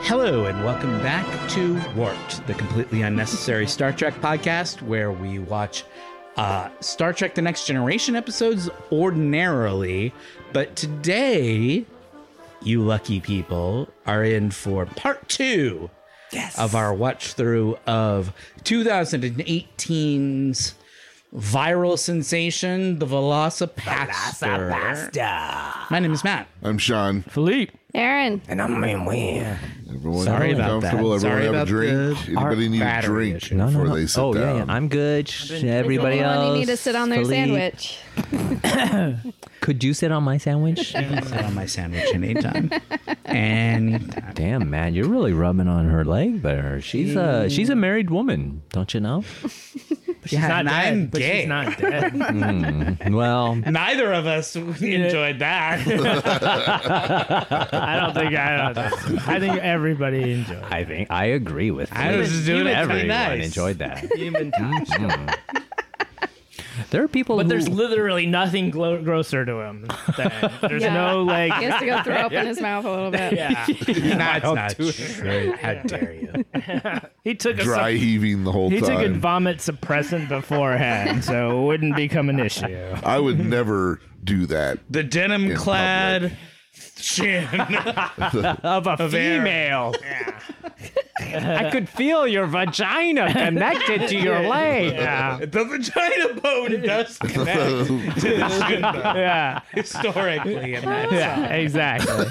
Hello, and welcome back to Warped, the completely unnecessary Star Trek podcast where we watch uh, Star Trek The Next Generation episodes ordinarily. But today, you lucky people are in for part two Yes. of our watch through of 2018's viral sensation, the Velocipaster. Velocipasta. My name is Matt. I'm Sean. Philippe. Aaron, And I'm in win. Everyone Sorry have a about comfortable. that. Sorry Everyone have a about drink. the- Anybody need a battery drink issue. No, no, before no. they sit oh, down? yeah, yeah. I'm good. Sh- Everybody else. you need to sit on their Philippe, sandwich. Could you sit on my sandwich? Sit on my sandwich anytime. anytime. Damn, man, you're really rubbing on her leg there. She's a she's a married woman, don't you know? Yeah, and I'm but gay. she's not dead. Well, Neither of us enjoyed that. I don't think I don't. I think everybody enjoyed. I think I agree with. I Philippe. was just doing it to be Everyone nice. enjoyed that. Human There are people, but who, there's literally nothing glo- grosser to him. Than, there's Yeah. no He like. has to go throw up in his mouth a little bit. Yeah, That's not true. How dare you? he took a Dry sup- heaving the whole he took a time. vomit suppressant beforehand, so it wouldn't become an issue. I would never do that. The denim clad chin. Of a air. female, I could feel your vagina connected to your leg. yeah, the vagina bone does connect to the shin bone yeah, historically. And that's yeah, exactly.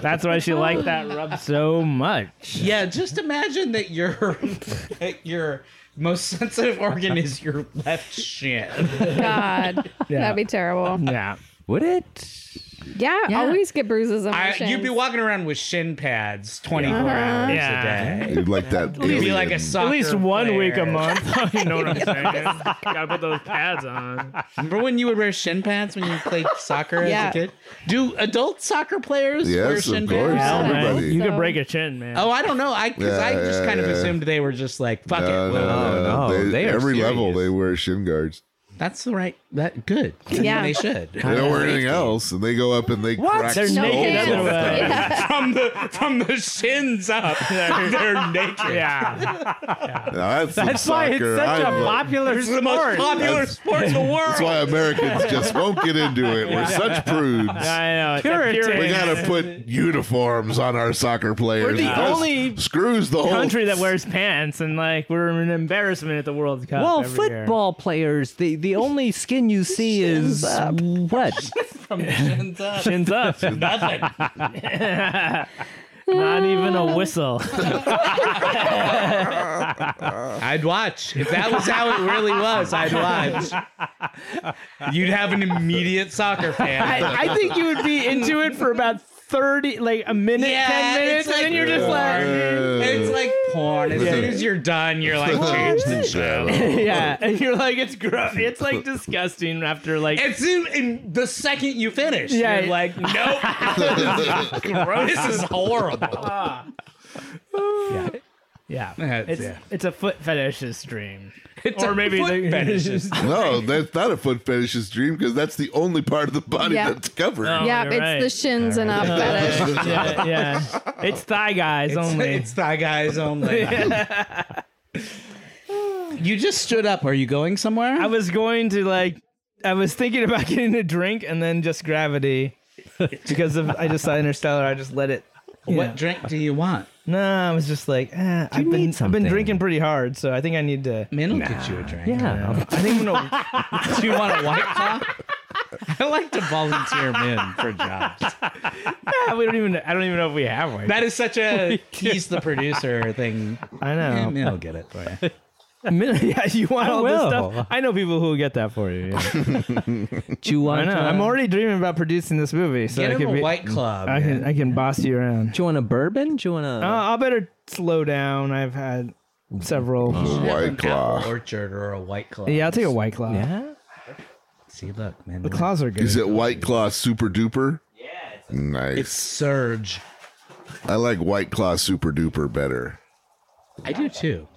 That's why she liked that rub so much. Yeah, just imagine that your that your most sensitive organ is your left shin. God, that'd be terrible. Yeah, Would it? Yeah, always get bruises on my I, shins. you'd be walking around with shin pads 24 hours Yeah. a day. You'd like that. You'd be alien. like a soccer at least one player. week a month. you know what I'm saying? Gotta put those pads on. Remember when you would wear shin pads when you played soccer as Yeah. a kid? Do adult soccer players wear Yes, shin of course. pads? Yeah. Right? You Everybody. Yeah. could break a chin, man. Oh, I don't know. I because I Yeah, just yeah, kind of yeah. assumed they were just like fuck No, it. no, well, no, no, They, they are every level serious. they wear shin guards. That's the right. That good. I mean, Yeah. they should. They don't wear anything else, and they go up and they What? crack They're skulls naked all the otherwise. time. from the from the shins up, they're, they're naked. Yeah. Now, that's some That's why it's soccer such I a love. popular It's the most sport. popular sport in the That's world. why Americans just won't get into it. We're such prudes. I know. It's Puritan. We Puritan gotta put uniforms on our soccer players. the This only screws the whole country that wears pants, and like we're an embarrassment at the World Cup. Well, every football players, the, the only skin you see is what? From the shins up. Year. Chins up. Nothing. Not even a whistle. I'd watch. If that was how it really was, I'd watch. You'd have an immediate soccer fan. I think you would be into it for about thirty, like a minute, Yeah, it's like- Uh, It's like porn. As soon as you're done, you're like change the show. yeah, and you're like, it's gross. It's like disgusting after like. As soon in the second you finish, Yeah. you're like, nope. this is horrible. yeah, That's- it's yeah. it's a foot fetishist dream, It's or a maybe foot the fetishist. no, that's not a foot fetishist dream because that's the only part of the body Yeah. that's covered. No. yeah, you're it's right. the shins and up fetish. Oh. yeah, yeah, it's thigh guys only. It's thigh guys only. you just stood up. Are you going somewhere? I was going to like I was thinking about getting a drink and then just gravity because of I just saw Interstellar. I just let it. What drink do you want? No, I was just like, eh, I've need been I've something. been drinking pretty hard, so I think I need to. Man, will get you a drink. Yeah. I think I'm gonna. Do you want a white claw? I like to volunteer men for jobs. we don't even. I don't even know if we have one. That is such a he's the producer thing. I Yeah, know. man, I'll get it for you. yeah, you want I all will. this stuff? I know people who will get that for you. yeah. Do you want? I know. uh, I'm already dreaming about producing this movie, so Get I him can a be. white club. I can. I can boss you around. Do you want a bourbon? Do you want Uh, a? I'll better slow down. I've had several. White claw. Orchard or a white club. Yeah, I'll take a white claw. yeah. See, look, man. The claws are good. Is it white claw super duper? Yeah. Nice. It's Surge. I like white claw super duper better. I do too.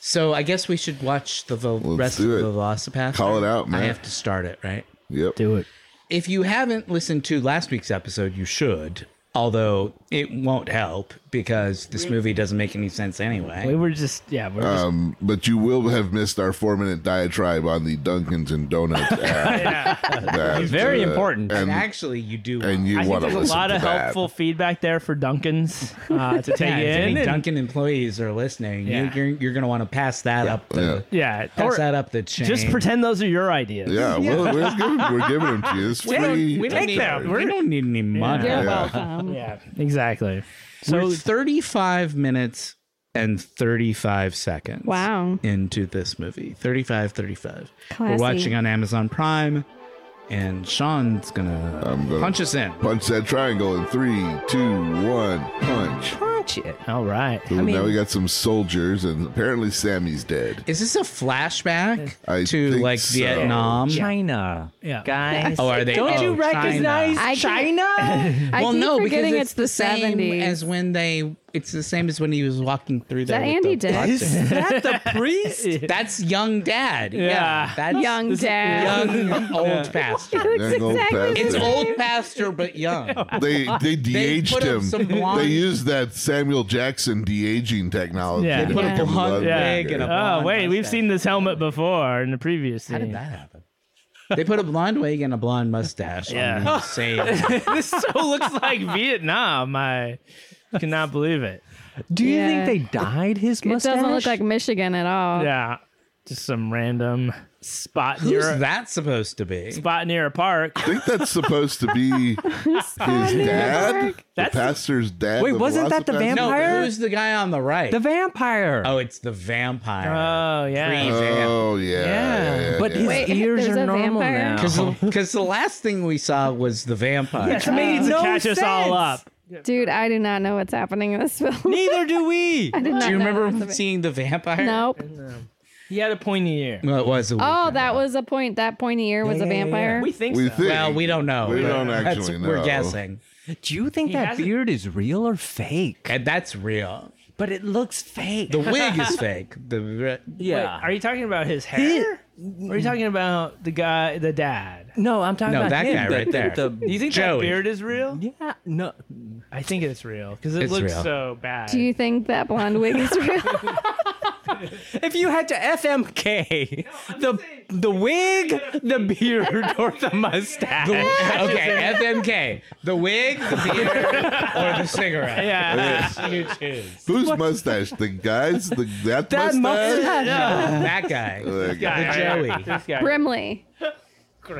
So I guess we should watch the vo- Let's rest of do the it. Velocipath. Call it out, man. I have to start it, right? Yep. Do it. If you haven't listened to last week's episode, you should. Although it won't help because this movie doesn't make any sense We anyway. were just yeah, we're just Um, but you will have missed our four minute diatribe on the Dunkins and Donuts ad. That, Very uh, important. And And, actually, you do. and want- you I think want to there's a listen lot to of that. helpful feedback there for Duncan's uh, to take yeah, if in. any and- Duncan employees are listening, Yeah. you, are you're going to want to pass that up. The, Yeah. yeah, Pass or that up the chain. just pretend those are your ideas. Yeah, well, we're giving, we're giving them to you. It's free. We don't, need, them. we don't need any money. Yeah. You're welcome. Yeah, exactly. So So 35 minutes and 35 seconds. Wow. Into this movie. 35, 35. We're Classy. watching on Amazon Prime, and Sean's going to gonna- punch us in. Punch that triangle in three, two, one, punch. Punch it. all right. Ooh, now we got some soldiers, and apparently Sammy's dead. Is this a flashback I to think like so. Vietnam? China. Yeah. Guys. Oh, are they? Don't oh, you recognize China. I China? I well, keep no, because forgetting it's, it's, the same 70s. as when they. It's the same as when he was walking through there. That with Andy the did. project. that the priest? That's young dad. Yeah, Yeah. that's young dad. young old pastor. He looks Young old exactly the bastard. It's same. old pastor, but young. They they de-aged put up him. some blonde- They used that Samuel Jackson de-aging technology. Yeah. to They put make a him blonde look wig younger. and a- Oh Blonde wait, we've mustache. seen this helmet before in the previous scene. How did that happen? They put a blonde wig and a blonde mustache Yeah. on the same. this so looks like Vietnam. I cannot believe it. Do you think Yeah. they dyed his It mustache? doesn't look like Michigan at all. Yeah, just some random spot Who's near that supposed to be? spot near a park. I think that's supposed to be his dad, That's- the pastor's dad. Wait, the wasn't that the velocipastor? No, Vampire? who's the guy on the right? The vampire. oh, it's the vampire. Oh yeah, Oh yeah, yeah, yeah, but yeah. his Wait, ears there's are a normal vampire? now. Because the last thing we saw was the vampire. Which made to no catch us all sense. up. Dude, I do not know what's happening in this film. Neither do we. I did not Do you know remember what's happening. seeing the vampire? Nope. He had a pointy ear. Well, it was. A Oh, weekend. that was a point. That pointy ear was a vampire. We think we so. think. Well, we don't know. We but don't that's- actually We're know. guessing, Do you think that hasn't- beard is real or fake? and that's real. But it looks fake. The wig is fake. The Wait, yeah. are you talking about his hair? Or are you talking about the guy, the dad? no, I'm talking No, about that him. guy the, right the- there. The, Do you think Joey. that beard is real? yeah. No. I think it's real because it It's looks real. so bad. Do you think that blonde wig is real? If you had to FMK, the the wig, the beard, or the mustache. okay, FMK, the wig, the beard, or the cigarette. yeah. You choose Whose mustache? The guys? The that, that mustache? mustache. that guy. The guy. The Joey. This guy. Brimley.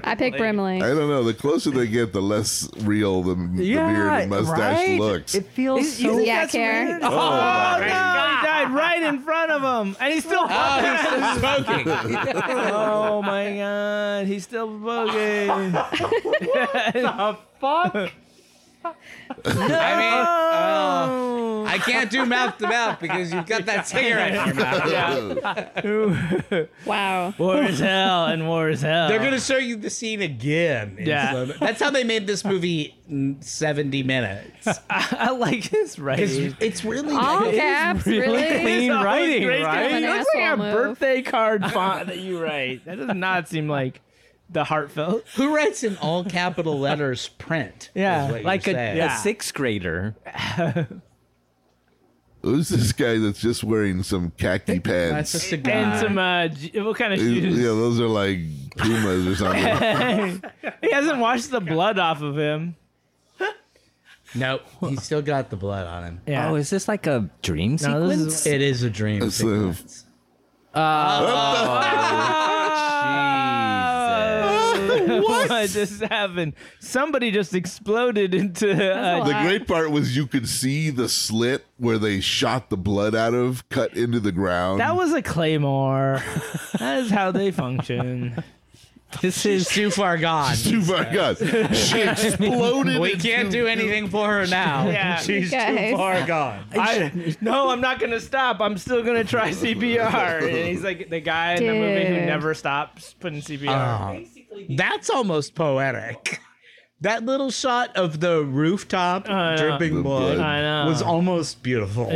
I pick Brimley. I don't know. The closer they get, the less real the, the Yeah, beard and mustache right? looks. It feels so think Yeah, that's Karen. weird? Oh, Oh, no, he died right in front of him, and he's still. Oh, he's still smoking. oh my god, he's still bugging. I mean, oh, I can't do mouth to mouth because you've got that cigarette in your mouth. Wow. War is hell, and war is hell. They're gonna show you the scene again. in Yeah. slow mo- that's how they made this movie mm, seventy minutes. I like his writing. It's, it's really All caps, really? clean It's always writing, great right? to- Kind of an It looks like a asshole move. birthday card font that you write. That does not seem like the heartfelt. Who writes in all capital letters print? Yeah, is what you're like a, saying. yeah. a sixth grader. Who's this guy that's just wearing some khaki That's a pants? cigar. And some uh, j- what kind of shoes? Yeah, those are like Pumas or something. He hasn't washed the blood off of him. nope, he's still got the blood on him. Yeah. Oh, is this like a dream No, this sequence? is- It is a dream. It's a- sequence. what? just happened? Somebody just exploded into. a Uh, lot. The great part was you could see the slit where they shot the blood out of, cut into the ground. that was a claymore. that is how they function. this is Too far gone. too far gone. She exploded. We into- can't do anything for her now. Yeah. She's Guys. too far gone. I, no, I'm not gonna stop. I'm still gonna try CPR. And he's like the guy in the movie who Dude. never stops putting CPR. Uh, that's almost poetic. That little shot of the rooftop I know. dripping The blood blood. I know. was almost beautiful.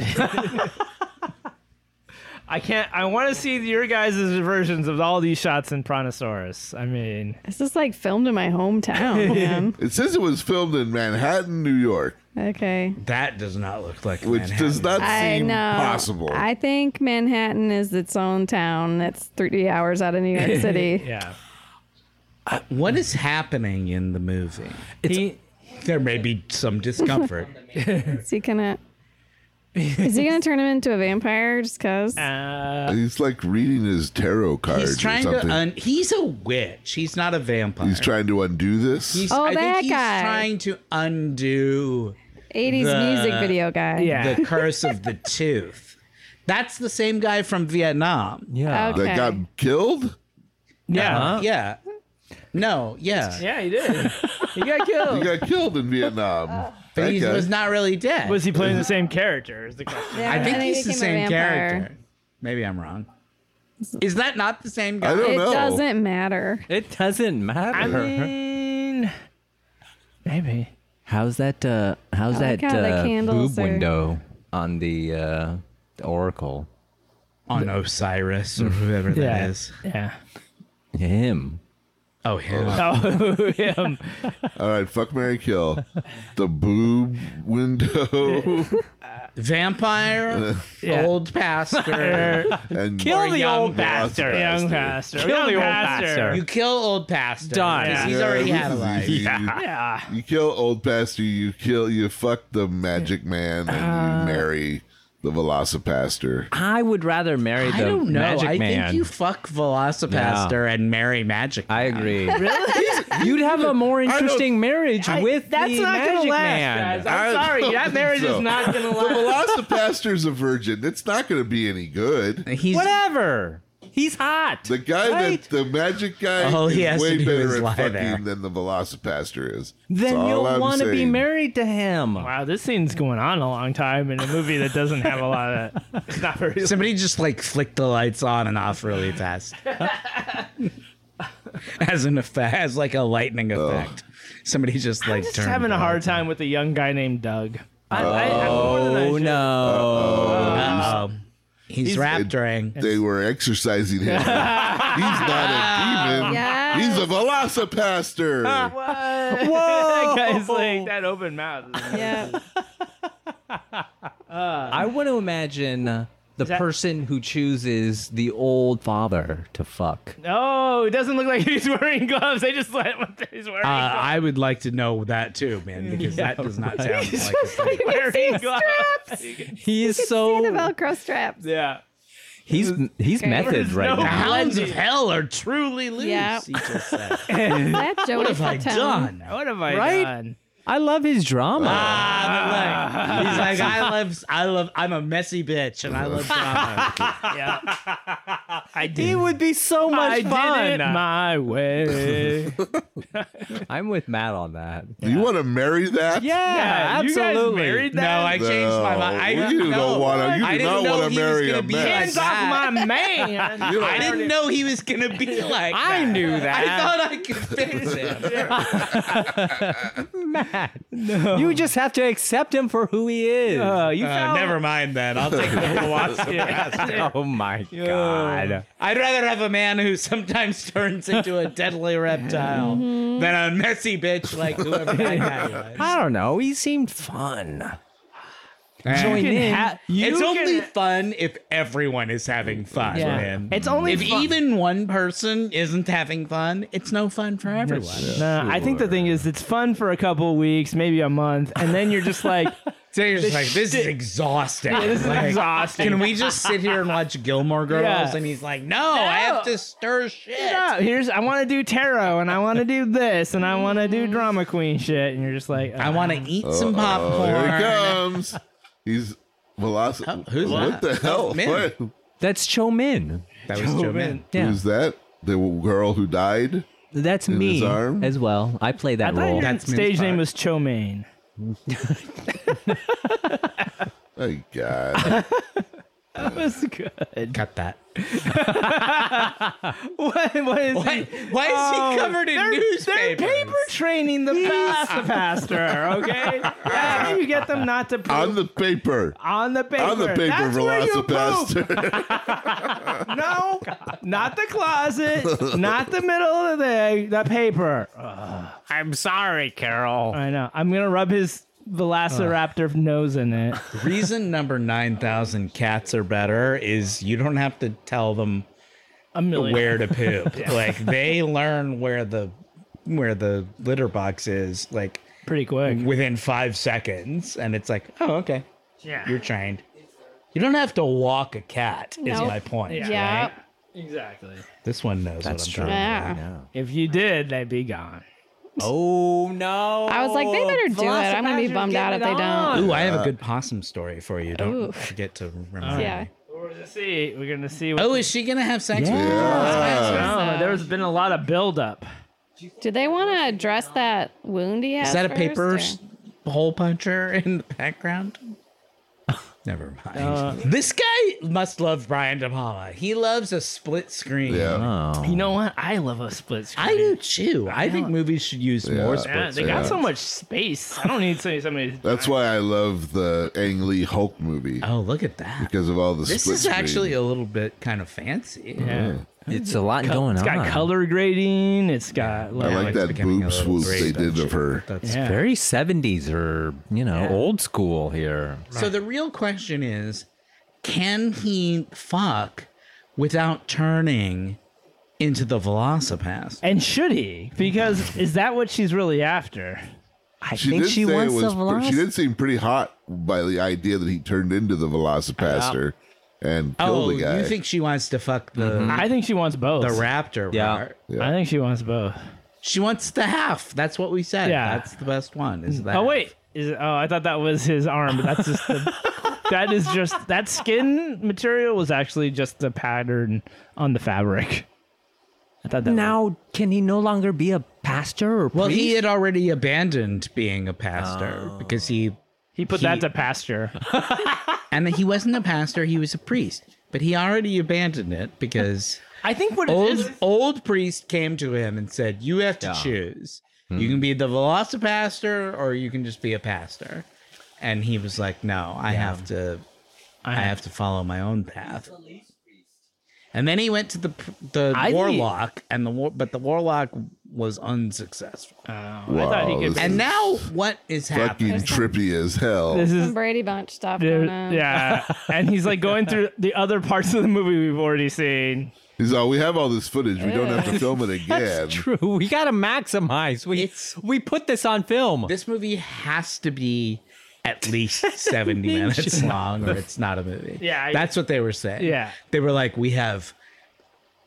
I can't. I want to see your guys' versions of all these shots in Brontosaurus. I mean, This is like filmed in my hometown, man. It says it was filmed in Manhattan, New York, Okay. That does not look like which Manhattan. does not I seem know. possible. I think Manhattan is its own town. That's three hours out of New York City. yeah. What is happening in the movie? He- There may be some discomfort. Is he gonna? Is he gonna turn him into a vampire just cause? Uh, He's like reading his tarot card he's or trying something. to. Un- he's a witch. He's not a vampire. he's trying to undo this. He's- Oh, I that think he's guy. trying to undo 80s The- music video guy. yeah. the curse of the tooth. That's the same guy from Vietnam. Yeah. Okay. that got killed. yeah. Yeah. No, yeah. Yeah, he did. He got He killed. got killed in Vietnam. But he Okay. was not really dead. Was he playing the same character? Is the question. Yeah, I think and he he's the became a same vampire. character. Maybe I'm wrong. Is that not the same I guy? don't It know. doesn't matter. It doesn't matter. I mean, maybe. how's that? Uh, how's like that how the uh, candles boob are- window on the uh, the oracle? On Osiris or whoever that is. Yeah. Yeah. Him. Oh, him. Oh, him. All right, fuck Mary Kill. The boob window Vampire, Yeah. old pastor. and Kill the young old pastor. bastard. Young pastor. Kill Young the old pastor. you kill old pastor. Done. because Yeah, He's already this had a is life. easy. You, Yeah. you kill old pastor, you kill you fuck the magic man and Uh. you marry the velocipaster. I would rather marry the I don't know. magic I man. think you fuck Velocipaster and marry Magic. I agree. really? You'd have a more interesting marriage with That's the not magic gonna last, man. guys. I'm I sorry. don't That marriage think so. is not gonna The last. velocipaster's a virgin. It's not going to be any good. He's Whatever. He's hot. The guy Right? that the magic guy All he has is to way do better is lie at fucking there. than the velocipaster is. That's then all you'll I'm want to be saying. married to him. Wow, this scene's going on a long time in a movie that doesn't have a lot of. It's not very. Somebody just like flicked the lights on and off really fast. as an effect, as like a lightning effect. Somebody just like Just turned having a the hard lights on. time with a young guy named Doug. I, Oh no. Uh-oh. He's, rapturing. They were exercising him. He's not a demon. Yeah. He's a velocipaster. Whoa! that guy's like that open mouth. yeah. I want to imagine uh, the that- person who chooses the old father to fuck. No, Oh, it doesn't look like he's wearing gloves. They just let him. He's wearing. Uh, I would like to know that too, man, because that does not sound like. a thing. wearing gloves. He is See the so Velcro straps. Yeah. he's he's method There's right no- now. Hounds of hell are truly loose. Yeah. He just said. That Joey What have I Fatone. done? What have I Right? done? I love his drama. Ah, but look, he's like, I love, I love, I'm a messy bitch, and I love drama. Yeah. I did. He would be so I much did fun. it my way. I'm with Matt on that. You want to marry that? Yeah, you guys absolutely. married no, I No, changed my mind. I you no, don't want to. You I do didn't not know want he to was marry gonna a be mess. hands off my man. You don't- I didn't know he was gonna be like. I that. knew I that. thought I could fix him. You just have to accept him for who he is. Uh, you found never mind that. I'll take the Yeah. oh my god. I'd rather have a man who sometimes turns into a deadly reptile Mm-hmm. than a messy bitch like whoever that guy was. I don't know. He seemed fun. You Join can in. ha- it's you only can- fun if everyone is having fun, Yeah. man. It's only if fun- even one person isn't having fun, it's no fun for everyone. Nah, I think the thing is, it's fun for a couple weeks, maybe a month, and then you're just like, So you're just like, this is exhausting. this is Like, exhausting. Can we just sit here and watch Gilmore Girls? Yeah. And he's like, no, I have to stir shit. Yeah, here's I want to do tarot and I want to do this and I want to do drama queen shit and you're just like I uh, want to eat some Oh, popcorn. here he comes. He's velocipastor. who's that? what the hell? Oh, man. What? That's Cho Min. That was Joe Min. Yeah. Who's that? The girl who died? That's his me arm? as well. I play I that thought role. your That's Min's stage part. name was Cho Main. My God. That was good. Cut that. What, what is Why, why he? is he covered in They're newspaper? paper training the pastor, okay? That's how you get them not to poop on the paper. on the paper. On the paper, That's where you poop. Velocipaster. No, not the closet, not the middle of the day, the paper. I'm sorry, Carol. I know. I'm gonna rub his Velociraptor nose in it. Reason number 9,000 cats are better is you don't have to tell them A million. where to poop. Like they learn where the where the litter box is like Pretty quick. within 5 seconds and it's like, "Oh, okay. Yeah. You're trained." You don't have to walk a cat is Nope. my point. Yeah. right? Exactly. This one knows That's what I'm true. talking Yeah. If you did, they'd be gone. Oh no! I was like, they better do it. I'm gonna be Velocipastor's bummed out if they Oh, getting it don't. on. about. Ooh, I have a good possum story for you. Don't Ooh. forget to remember. Yeah. me. We're gonna see. We're gonna see. What Oh, is she going to have sex with Yeah. Uh, No, there's been a lot of buildup. Do they want to address that wound he has? Is that a first, paper or- s- hole puncher in the background? Never mind. this guy must love Brian De Palma. He loves a split screen. Yeah. Oh. You know what? I love a split screen. I do too. I think movies should use more split Yeah, they screen. got so much space. I don't need to say somebody. That's why I love the Ang Lee Hulk movie Oh, look at that. because of all the This split is actually screen. a little bit kind of fancy. Yeah. It's a lot going It's on. got color grading. It's got like, I like it's that becoming a boob little swoop they great, did of her. That's Yeah. Very 70s or, you know, old school here. So the real question is, can he fuck without turning into the Velocipast? And should he? Because is that what she's really after? I She think did she say it wants was. the pre- she Veloci- did seem pretty hot by the idea that he turned into the Velocipaster and Oh, killed the guy. you think she wants to fuck the I think she wants both. the raptor Yeah. part? I think she wants both. She wants the half. That's what we said. Yeah. That's the best one. Is that? Oh wait, is it, oh I thought that was his arm, but that's just the, that is just that skin material was actually just the pattern on the fabric. I thought that was, Now, can he no longer be a pastor or Well, priest? he had already abandoned being a pastor Oh. because he he put that to pasture. and he wasn't a pastor. He was a priest, but he already abandoned it because I think what it is. old old priest came to him and said, "You have to choose. You can be the velocipastor, or you can just be a pastor." And he was like, "No, I have to. I have to follow my own path." And then he went to the p- the I think- warlock, and the war, but the warlock was unsuccessful. wow, thought he could- this and is now, what is happening? fucking trippy as hell. This Some is Brady Bunch stuff. there- Going on. yeah, and he's like going through the other parts of the movie we've already seen. He's all, we have all this footage. We don't have to film it again. That's true. We got to maximize. We It's- we put this on film. This movie has to be at least 70 minutes long, or it's not a movie. Yeah, I- that's what they were saying. Yeah. they were like, "We have."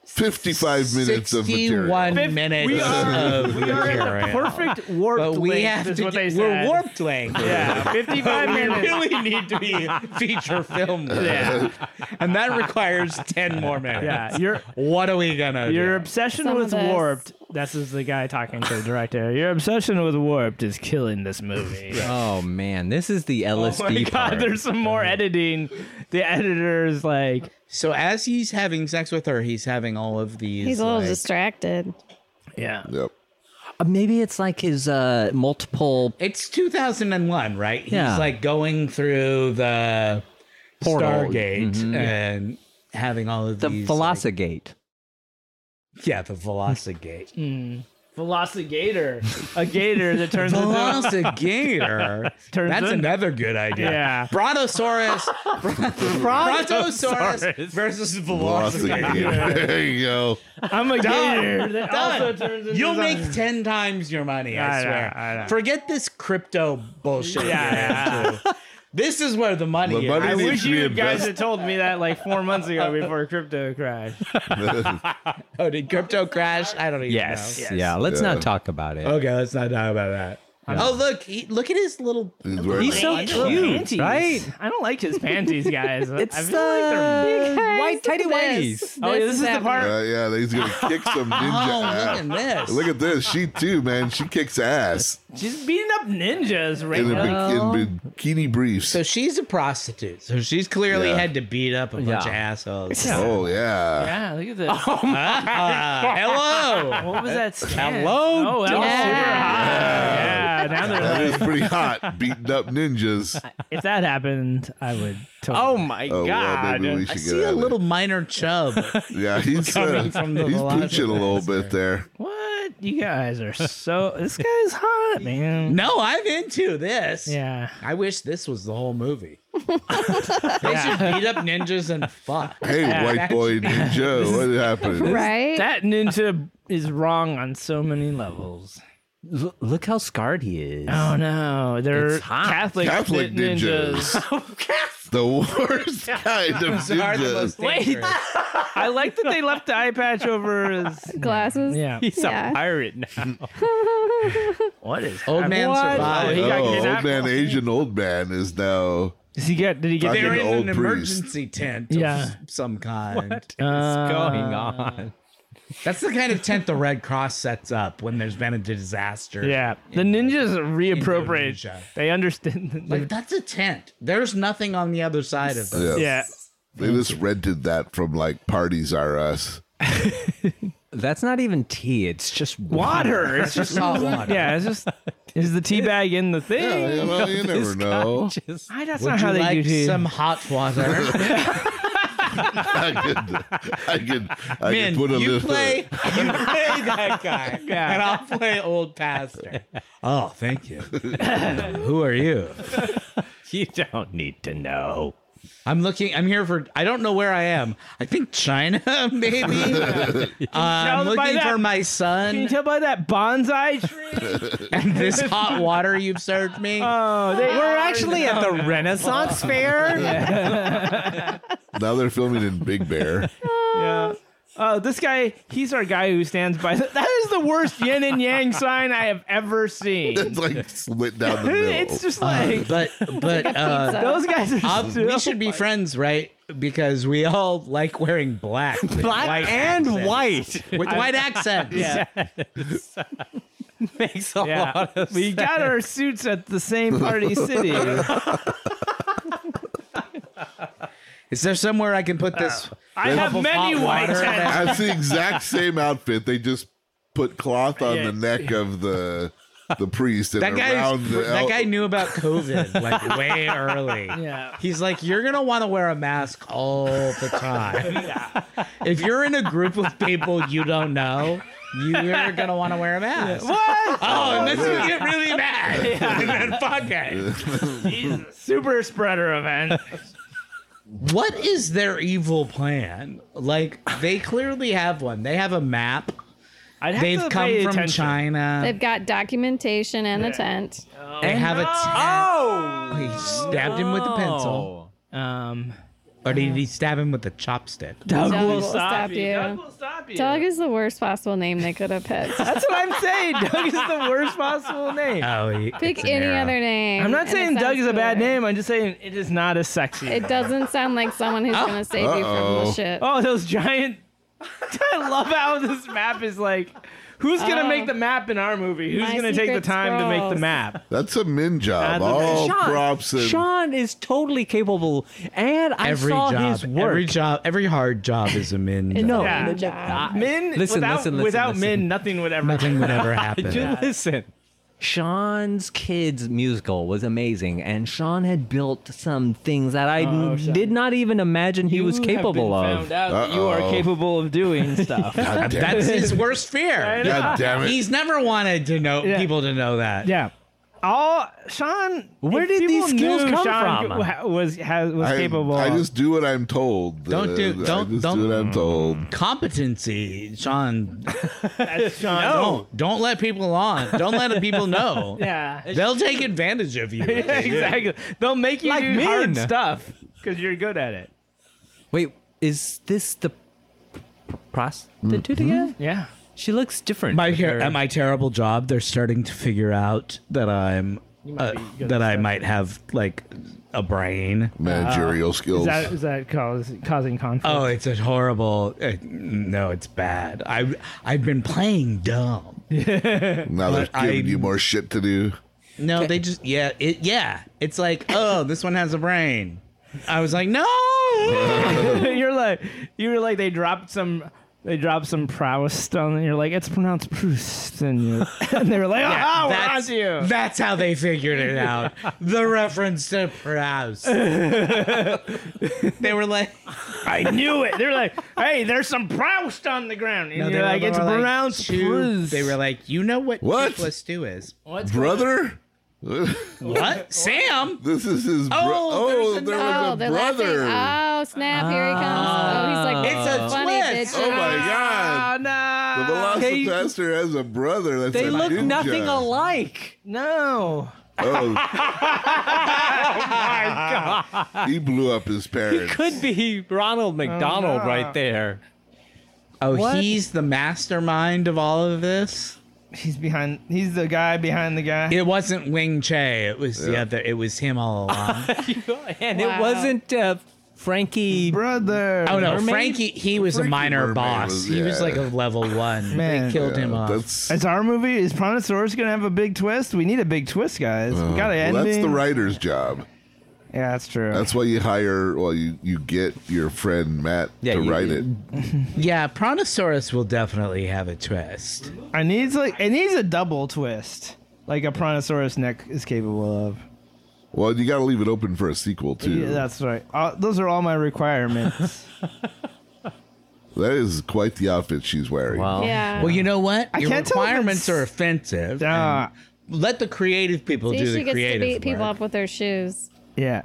55 minutes of material. 61 Fif- minutes we are- of We are at the material. perfect warped But we length, have is to. what do- they We're said. warped length. Yeah, 55 We minutes. really need to be feature film, length. and that requires ten more minutes. Yeah, your What are we gonna? your do? obsession Some of with this. warped. This is the guy talking to the director. Your obsession with warped is killing this movie. Oh man, this is the LSD Oh my god, part. there's some more editing. The editor's like, So as he's having sex with her, he's having all of these. He's a little like- distracted. yeah. Yep. Uh, Maybe it's like his uh, multiple It's 2001, right? He's Yeah. like going through the Portal. Stargate Mm-hmm. and having all of the these. like- Velocigate. yeah, the Velocigate. Velocigator, a gator that turns into Velocigator. Turns That's in- another good idea. Yeah. Brontosaurus. Brontosaurus versus Velocigator. Velocipaster. there you go. I'm a gator that also turns into You'll make something. ten times your money. I, I know, swear. I know. Forget this crypto bullshit. you're Yeah. into. This is where the money The is. money I needs wish to be you guys invested. had told me that like four months ago before crypto crashed. Oh, did crypto crash? I don't even know. Yeah, let's Yeah. Uh, not talk about it. Okay, let's not talk about that. Oh look, he, look at his little. He's wearing He's that. so I don't like cute, panties. right? I don't like his panties, guys. It's I feel like uh, they're the Guys, white look at tidy this. whities. Oh, yeah, this is the happening. part- Uh, yeah, he's gonna kick some ninja Oh, look ass. at this. Look at this. She too, man. She kicks ass She's beating up ninjas right in, a now. bi- in bikini briefs. So she's a prostitute. So she's clearly Yeah. had to beat up a bunch Yeah. of assholes. oh yeah. Yeah, look at this. Uh, hello. What was that? Scan? Oh, Hello, Oh, that was dog. super hot. Yeah, now they're That like, is pretty hot. Beating up ninjas. if that happened, I would. Totally. Oh my Oh well, god! maybe we I should get see a out of little minor chub. there. Yeah, he's uh, coming from the he's velocity pooching a little bit there. What? You guys are so. This guy's hot, man. no, I'm into this. Yeah. I wish this was the whole movie. they should beat up ninjas and fuck. Hey, white boy ninja, what happened? Right? That ninja is wrong on so many levels. L- look how scarred he is. Oh no, they're It's hot. Catholic, Catholic fit ninjas. Oh the worst kind of Are the ninjas. most dangerous. I like that they left the eye patch over his. Glasses. Yeah. He's Yeah. a pirate now. What is? Old man What? survived. Oh, he Oh, got old kidnapped. man, Asian old man is now. Does he get? Did he get? Fucking They're in old an priest. emergency tent of Yeah. s- some kind. What's going on? That's the kind of tent the Red Cross sets up when there's been a disaster. Yeah, the ninjas reappropriate. Indonesia. They understand. Like that's a tent. There's nothing on the other side of it. Yeah, yeah, they just rented that from like Parties R Us. That's not even tea. It's just water. It's Just just salt water. yeah. It's just is the tea bag in the thing? Yeah, you, know, you never know. Just, I, that's Would not how you they like do tea. some hot water? I could, I could, I Min, could put a you little. play, you play that guy, Yeah. and I'll play old pastor. Oh, thank you. Who are you? you don't need to know. I'm looking. I'm here for. I don't know where I am. I think China, maybe. Uh, I'm by looking that- for my Can you son tell by that bonsai tree? and this hot water you've served me. Oh, they We're actually at the Renaissance Fair. Now they're filming in Big Bear. Yeah. Oh, this guy, he's our guy who stands by. That is the worst yin and yang sign I have ever seen. It's like split down the middle. It's just like, but but uh, Pizza. those guys are Ob- so we should be friends, right? Because we all like wearing black, with Black and accents. white. with white accents. Yeah. Makes a Yeah. lot of We got our suits at the same party city. Is there somewhere I can put this? I have cup of many hot white water hats. that- That's the exact same outfit. They just put cloth on Yeah. the neck of the the priest and That guy, Uh, around is, the that guy knew about COVID like way early. Yeah. He's like, you're gonna want to wear a mask all the time. If you're in a group of people you don't know, you're gonna want to wear a mask. What? Oh, unless you get really mad. And then fuck it. Super spreader event. What is their evil plan? Like they clearly have one. They have a map. I'd have They've to come pay from attention. China. They've got documentation and a tent. they have a tent. Oh, He stabbed him with a pencil, Um, or did he stab him with a chopstick? Doug, Doug will will stop, stop you. you. Doug will stop you. Doug is the worst possible name they could have picked. That's what I'm saying. Doug is the worst possible name. Oh, he, Pick it's an any arrow. other name. I'm not and it saying Doug sounds is a bad cooler. name. I'm just saying it is not as sexy. It doesn't sound like someone who's gonna save you from Uh-oh. the shit. oh, those giant. I love how this map is like. Who's gonna Oh. make the map in our movie? Who's My gonna take the secret time to make the scrolls. map? That's a min job. That's a- All Sean, props and Sean is totally capable, and I Every saw job, his work. every job, every hard job is a min. It's job. a Yeah. good job. Min Listen, without listen, listen, without listen. Min, nothing would ever. nothing would ever happen. Just listen. Sean's kids musical was amazing, and Sean had built some things that I n- Oh, Sean. did not even imagine he was capable of. Found out that you are Uh-oh. capable of doing stuff. God damn That's it. his worst fear. God damn it. He's never wanted to know Yeah. people to know that. yeah. All Sean. Where if did people these skills knew come Sean from? wa- Was has, was I, capable. I of- just do what I'm told. Don't Uh, do- I don't- just don't- Mm. do what I'm told. Competency, Sean. that's Sean. Don't don't let people on. Don't let people know. Yeah. They'll take advantage of you. Yeah, exactly. They'll make you Like do hard men. stuff because you're good at it. Mm-hmm. Wait, is this the prostitute again? Yeah. She looks different. My ter- compared- at my terrible job, they're starting to figure out that I'm uh, that I might have like a brain. Uh, managerial skills. Is that is that cause, causing conflict? Oh, it's a horrible. Uh, no, it's bad. I I've been playing dumb. now they're but giving I- you more shit to do. No, they just yeah it yeah. It's like oh, this one has a brain. I was like no. you're like you're like they dropped some they dropped some Proust on and you're like it's pronounced Proust and, you and they were like oh we're on that's, to you. that's how they figured it out. The reference to Proust. they were like, I knew it. They're like, hey, there's some Proust on the ground. And no, they you're were- like, they it's were like, pronounced two- Proust. They were like, you know what, What? two plus two is? Brother? What? Sam? This is his bro- Oh, Oh, there's there Oh, was a they're laughing. brother. Oh, snap. Here he comes. Oh, he's like, It's a funny twist. bitch. Oh my god. The no, Velocipaster has a brother. That's They a look ninja. nothing alike. no. Oh, God. he blew up his parents. Could be Ronald McDonald right there. Oh, What? he's the mastermind of all of this. He's behind. He's the guy behind the guy. It wasn't Wing Che. It was the Yeah. other. It was him all along. And it Wow. wasn't uh, Frankie. Brother. oh no, Mermaid? Frankie. He was a Frankie minor Mermaid boss. was- He was yeah. like a level one. Man. they killed him off. That's, It's our movie. Is Brontosaurus gonna have a big twist? We need a big twist, guys. we gotta end Uh, well, that's the it. writer's job. Yeah, that's true. That's why you hire, well, you, you get your friend Matt Yeah, to you- write it. Yeah, Brontosaurus will definitely have a twist. I needs like it needs a double twist, like a Brontosaurus neck is capable of. Well, you got to leave it open for a sequel, too. Yeah, that's right. Uh, those are all my requirements. that is quite the outfit she's wearing. Wow. Yeah. Well, you know what? I Your can't tell if requirements it's- are offensive. Ah, and Let the creative people See, do she the gets to creative beat people work. up with her shoes. yeah.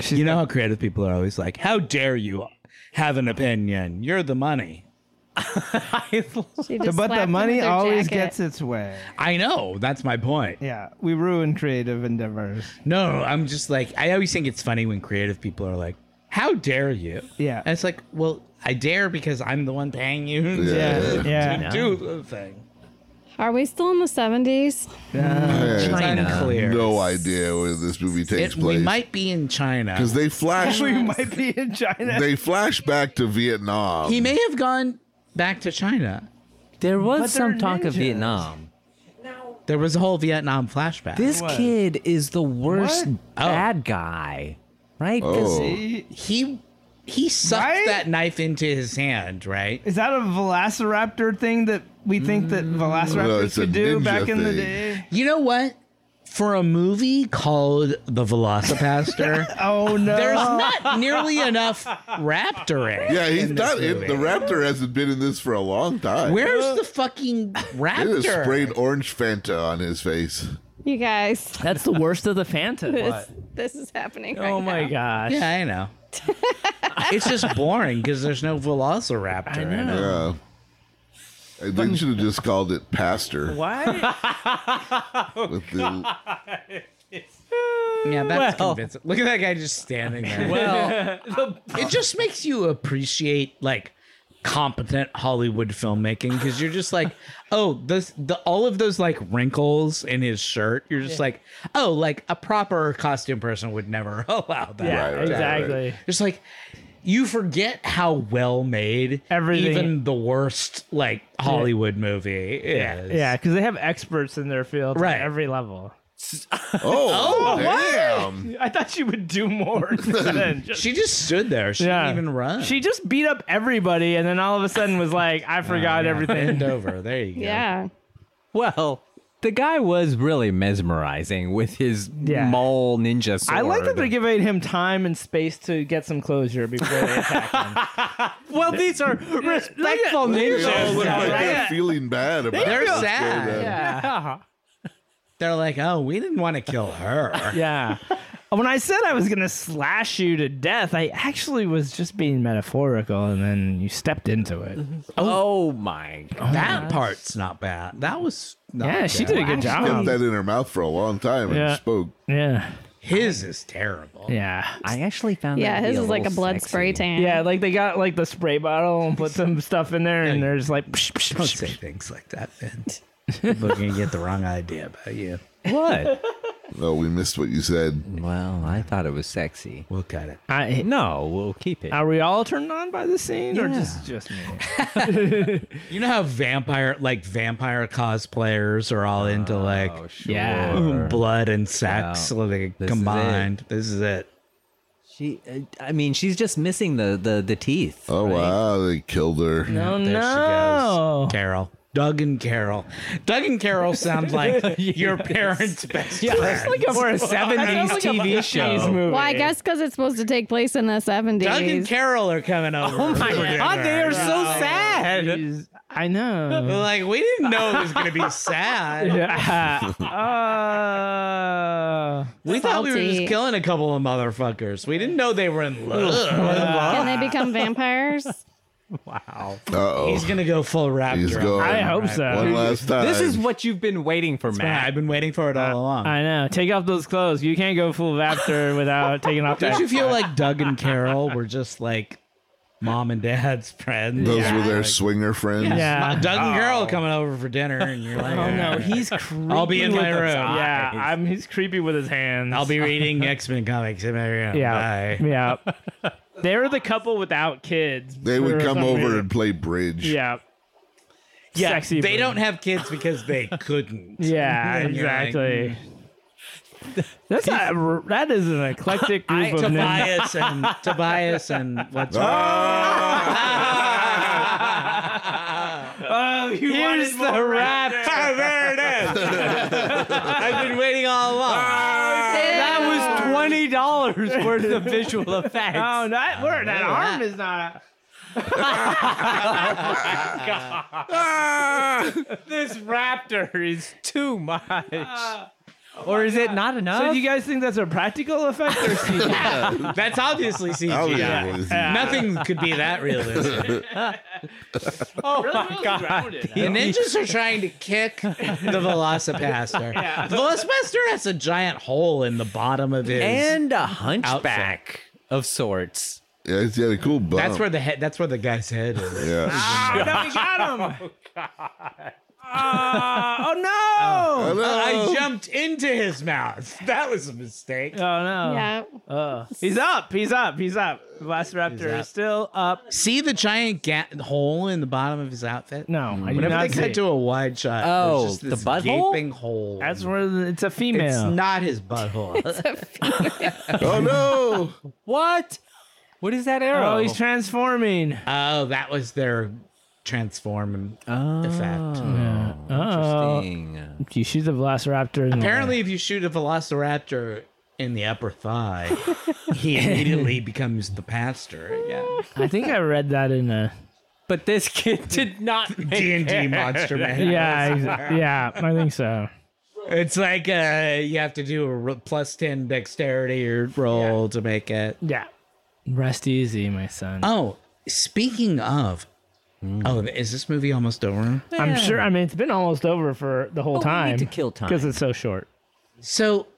She's You know how creative people are always like, "How dare you have an opinion? You're the money." She got- just but slapped the him money with her always jacket. gets its way. I know. That's my point. Yeah, we ruin creative endeavors. No, I'm just like I always think it's funny when creative people are like, "How dare you?" Yeah. and it's like, well, I dare because I'm the one paying you Uh, Yeah. to Yeah, yeah. do the thing. Are we still in the 70s? I It's China. unclear. have no idea where this movie takes It- we place. might be in China. Because they flash, we might be in China. they flash back to Vietnam. He may have gone back to China. There But was some they're talk of ninjas. Vietnam. There was a whole Vietnam flashback. This What? kid is the worst What? Oh. bad guy, right? 'Cause oh, he he sucked Right? that knife into his hand, right? Is that a Velociraptor thing that we think that No, Velociraptors Mm. it's a could do ninja back in the thing. day? You know what? For a movie called The Velocipaster, Oh no! there's not nearly enough raptoring. yeah, he's in this not. It, movie. the raptor hasn't been in this for a long time. Where's the fucking They just raptor? sprayed orange Fanta on his face. You guys, That's the worst of the Phantom. this, this is happening right Oh my now. gosh. yeah, I know. it's just boring because there's no velociraptor in it. Yeah. Uh, I think should have just called it Pastor. Why? Oh, With the, Yeah, that's convincing. Look at that guy just standing there. Well, it just makes you appreciate like competent Hollywood filmmaking because you're just like, oh, this the all of those like wrinkles in his shirt. You're just like, oh, like a proper costume person would never allow that. Yeah, Right, right, exactly. Just like you forget how well made Everything- even the worst like Hollywood movie is. Yeah, because they have experts in their field Right. at every level. oh, damn! I thought she would do more than just She just stood there. She yeah. didn't even run. She just beat up everybody, and then all of a sudden was like, "I forgot everything." bend over. There you go. Yeah. well, the guy was really mesmerizing with his Yeah. mole ninja sword. I like that they're giving him time and space to get some closure before they attack him. Well, these are respectful They Oh, all ninjas. look like Yeah. they're feeling bad about They're what's sad. going on. yeah. They're like, oh, we didn't want to kill her. Yeah. When I said I was gonna slash you to death, I actually was just being metaphorical, and then you stepped into it. Oh my god. That part's not bad. That was not Yeah, she bad. did a good Kept job. that in her mouth for a long time and Um, Yeah. spoke. Yeah, His is terrible. Yeah. I actually found Yeah, that to be his is like a little blood sexy. spray tan. Yeah, like they got like the spray bottle and put some stuff in there, and there's like, psh, psh, Don't psh, say things like that, man. People are gonna get the wrong idea about you. What? Oh, we missed what you said. well, I thought it was sexy. We'll cut it. I, No, we'll keep it. Are we all turned on by the scene, or Yeah. just just me? You know how vampire, like vampire cosplayers, are all into like oh, sure. yeah. blood and sex like This is it. combined. this is it. She, uh, I mean, she's just missing the the the teeth. Oh wow, they killed her. Oh There she no! goes. Carol. Doug and Carol. Doug and Carol sound like your parents' best yeah, friend. Like a, for a seventies TV show movie. Well, I guess because it's supposed to take place in the 70s. Doug and Carol are coming over. Oh my God, they are so sad. Jeez, I know. Like we didn't know it was gonna be sad. Yeah. Uh, We thought we were just Salty. killing a couple of motherfuckers. We didn't know they were in love. Can Ah. they become vampires? Uh oh. He's gonna go full raptor. He's going. I hope One so. last time. This is what you've been waiting for, Yeah, Matt. I've been waiting for it all along. I know. Take off those clothes. You can't go full Vaptor without taking off. Don't that- you feel like Doug and Carol were just like mom and dad's friends? Those were their swinger friends. Uh, Yeah. Doug and Carol are coming over for dinner, and you're like, Oh no, he's creepy. I'll be in my with room. us. Yeah. I'm. He's creepy with his hands. I'll be reading X Men comics in my room. Yeah. Bye. Yeah. They're the couple without kids. They would for come some over reason. and play bridge. Yeah. Yeah, Sexy they version. don't have kids because they couldn't. Yeah, And you're like, exactly. Hmm. That's a, that is an eclectic group of men. Tobias and Tobias and what's Ah, Oh, you Here's the rap. there it is. I've been waiting all Ah. along. That was twenty dollars worth of visual effects. Oh, that word, that arm is not. this raptor is too much. or is it not enough? So, do you guys think that's a practical effect or CGI? That's obviously Oh, CGI. yeah. Nothing could be that realistic. oh my god! The ninjas are trying to kick the Velocipaster. The Velocipaster has a giant hole in the bottom of his. And a hunchback of sorts. Yeah, he's got a cool bump. that's where the head. That's where the guy's head is. Yeah. oh, no, we got him. Uh, oh, Hello. I jumped into his mouth. That was a mistake. no. Oh, no. yeah. He's up. He's up. He's up. Velociraptor up. is still up. See the giant ga- hole in the bottom of his outfit? No, I did Whenever not they cut see. to a wide shot, Oh, there's the just this butthole? gaping hole. That's where the, it's a female. it's not his butthole. oh no. What? What is that arrow? oh, he's transforming. oh, that was their transform Oh, effect. Oh, uh, Interesting. You shoot the Velociraptor. in the- Apparently, if you shoot a velociraptor in the upper thigh, he immediately becomes the pastor again. I think I read that in a. But this kid did not. Make D and D monster man. Yeah, ex- yeah, I think so. it's like uh, you have to do a ro- plus ten dexterity or roll to make it. Yeah. Rest easy, my son. Oh, speaking of, oh, is this movie almost over? I'm sure. I mean, it's been almost over for the whole Oh, we time. need to kill time. because it's so short. So,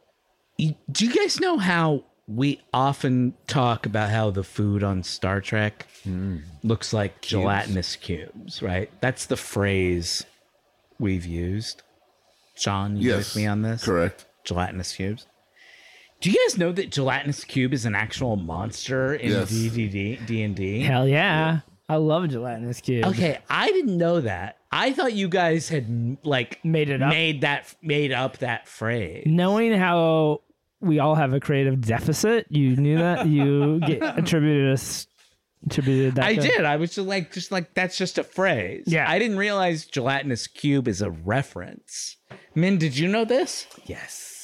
y- do you guys know how we often talk about how the food on Star Trek looks like gelatinous cubes, right? That's the phrase we've used. Sean, you Yes. with me on this? Correct. Gelatinous cubes. Do you guys know that gelatinous cube is an actual monster in Yes. DDD D&D? Hell yeah, I love gelatinous cube. Okay, I didn't know that. I thought you guys had m- like Made it up? made that made up that phrase. Knowing how we all have a creative deficit, you knew that you get attributed us attributed that. I to- did. I was just like, just like that's just a phrase. Yeah. I didn't realize gelatinous cube is a reference. Min, did you know this? Yes.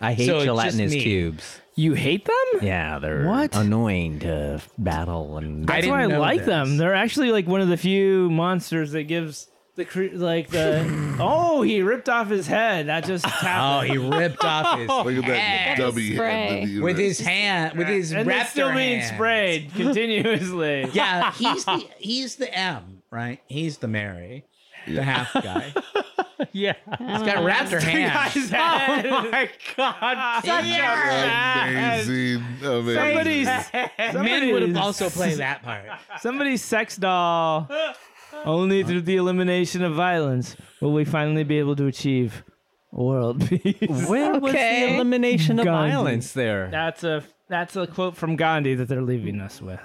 I hate So it's just gelatinous me. cubes. You hate them? Yeah, they're What? annoying to battle and I That's why I didn't know like this. them. They're actually like one of the few monsters that gives the cre- like the oh he ripped off his head. That just Oh, happened. he ripped off his Look at that dubby Spray. head. that he with was- his hand with his and raptor it's still being hand. sprayed continuously. Yeah, he's the he's the M, right? He's the Mary, the half guy. yeah. It's got raptor hands. oh my god. Such Amazing, amazing. Somebody's Men would have somebody's- also played that part. somebody's sex doll. Only through the elimination of violence will we finally be able to achieve world peace. Where was the Okay. elimination of Gandhi. violence there? That's a that's a quote from Gandhi that they're leaving us with.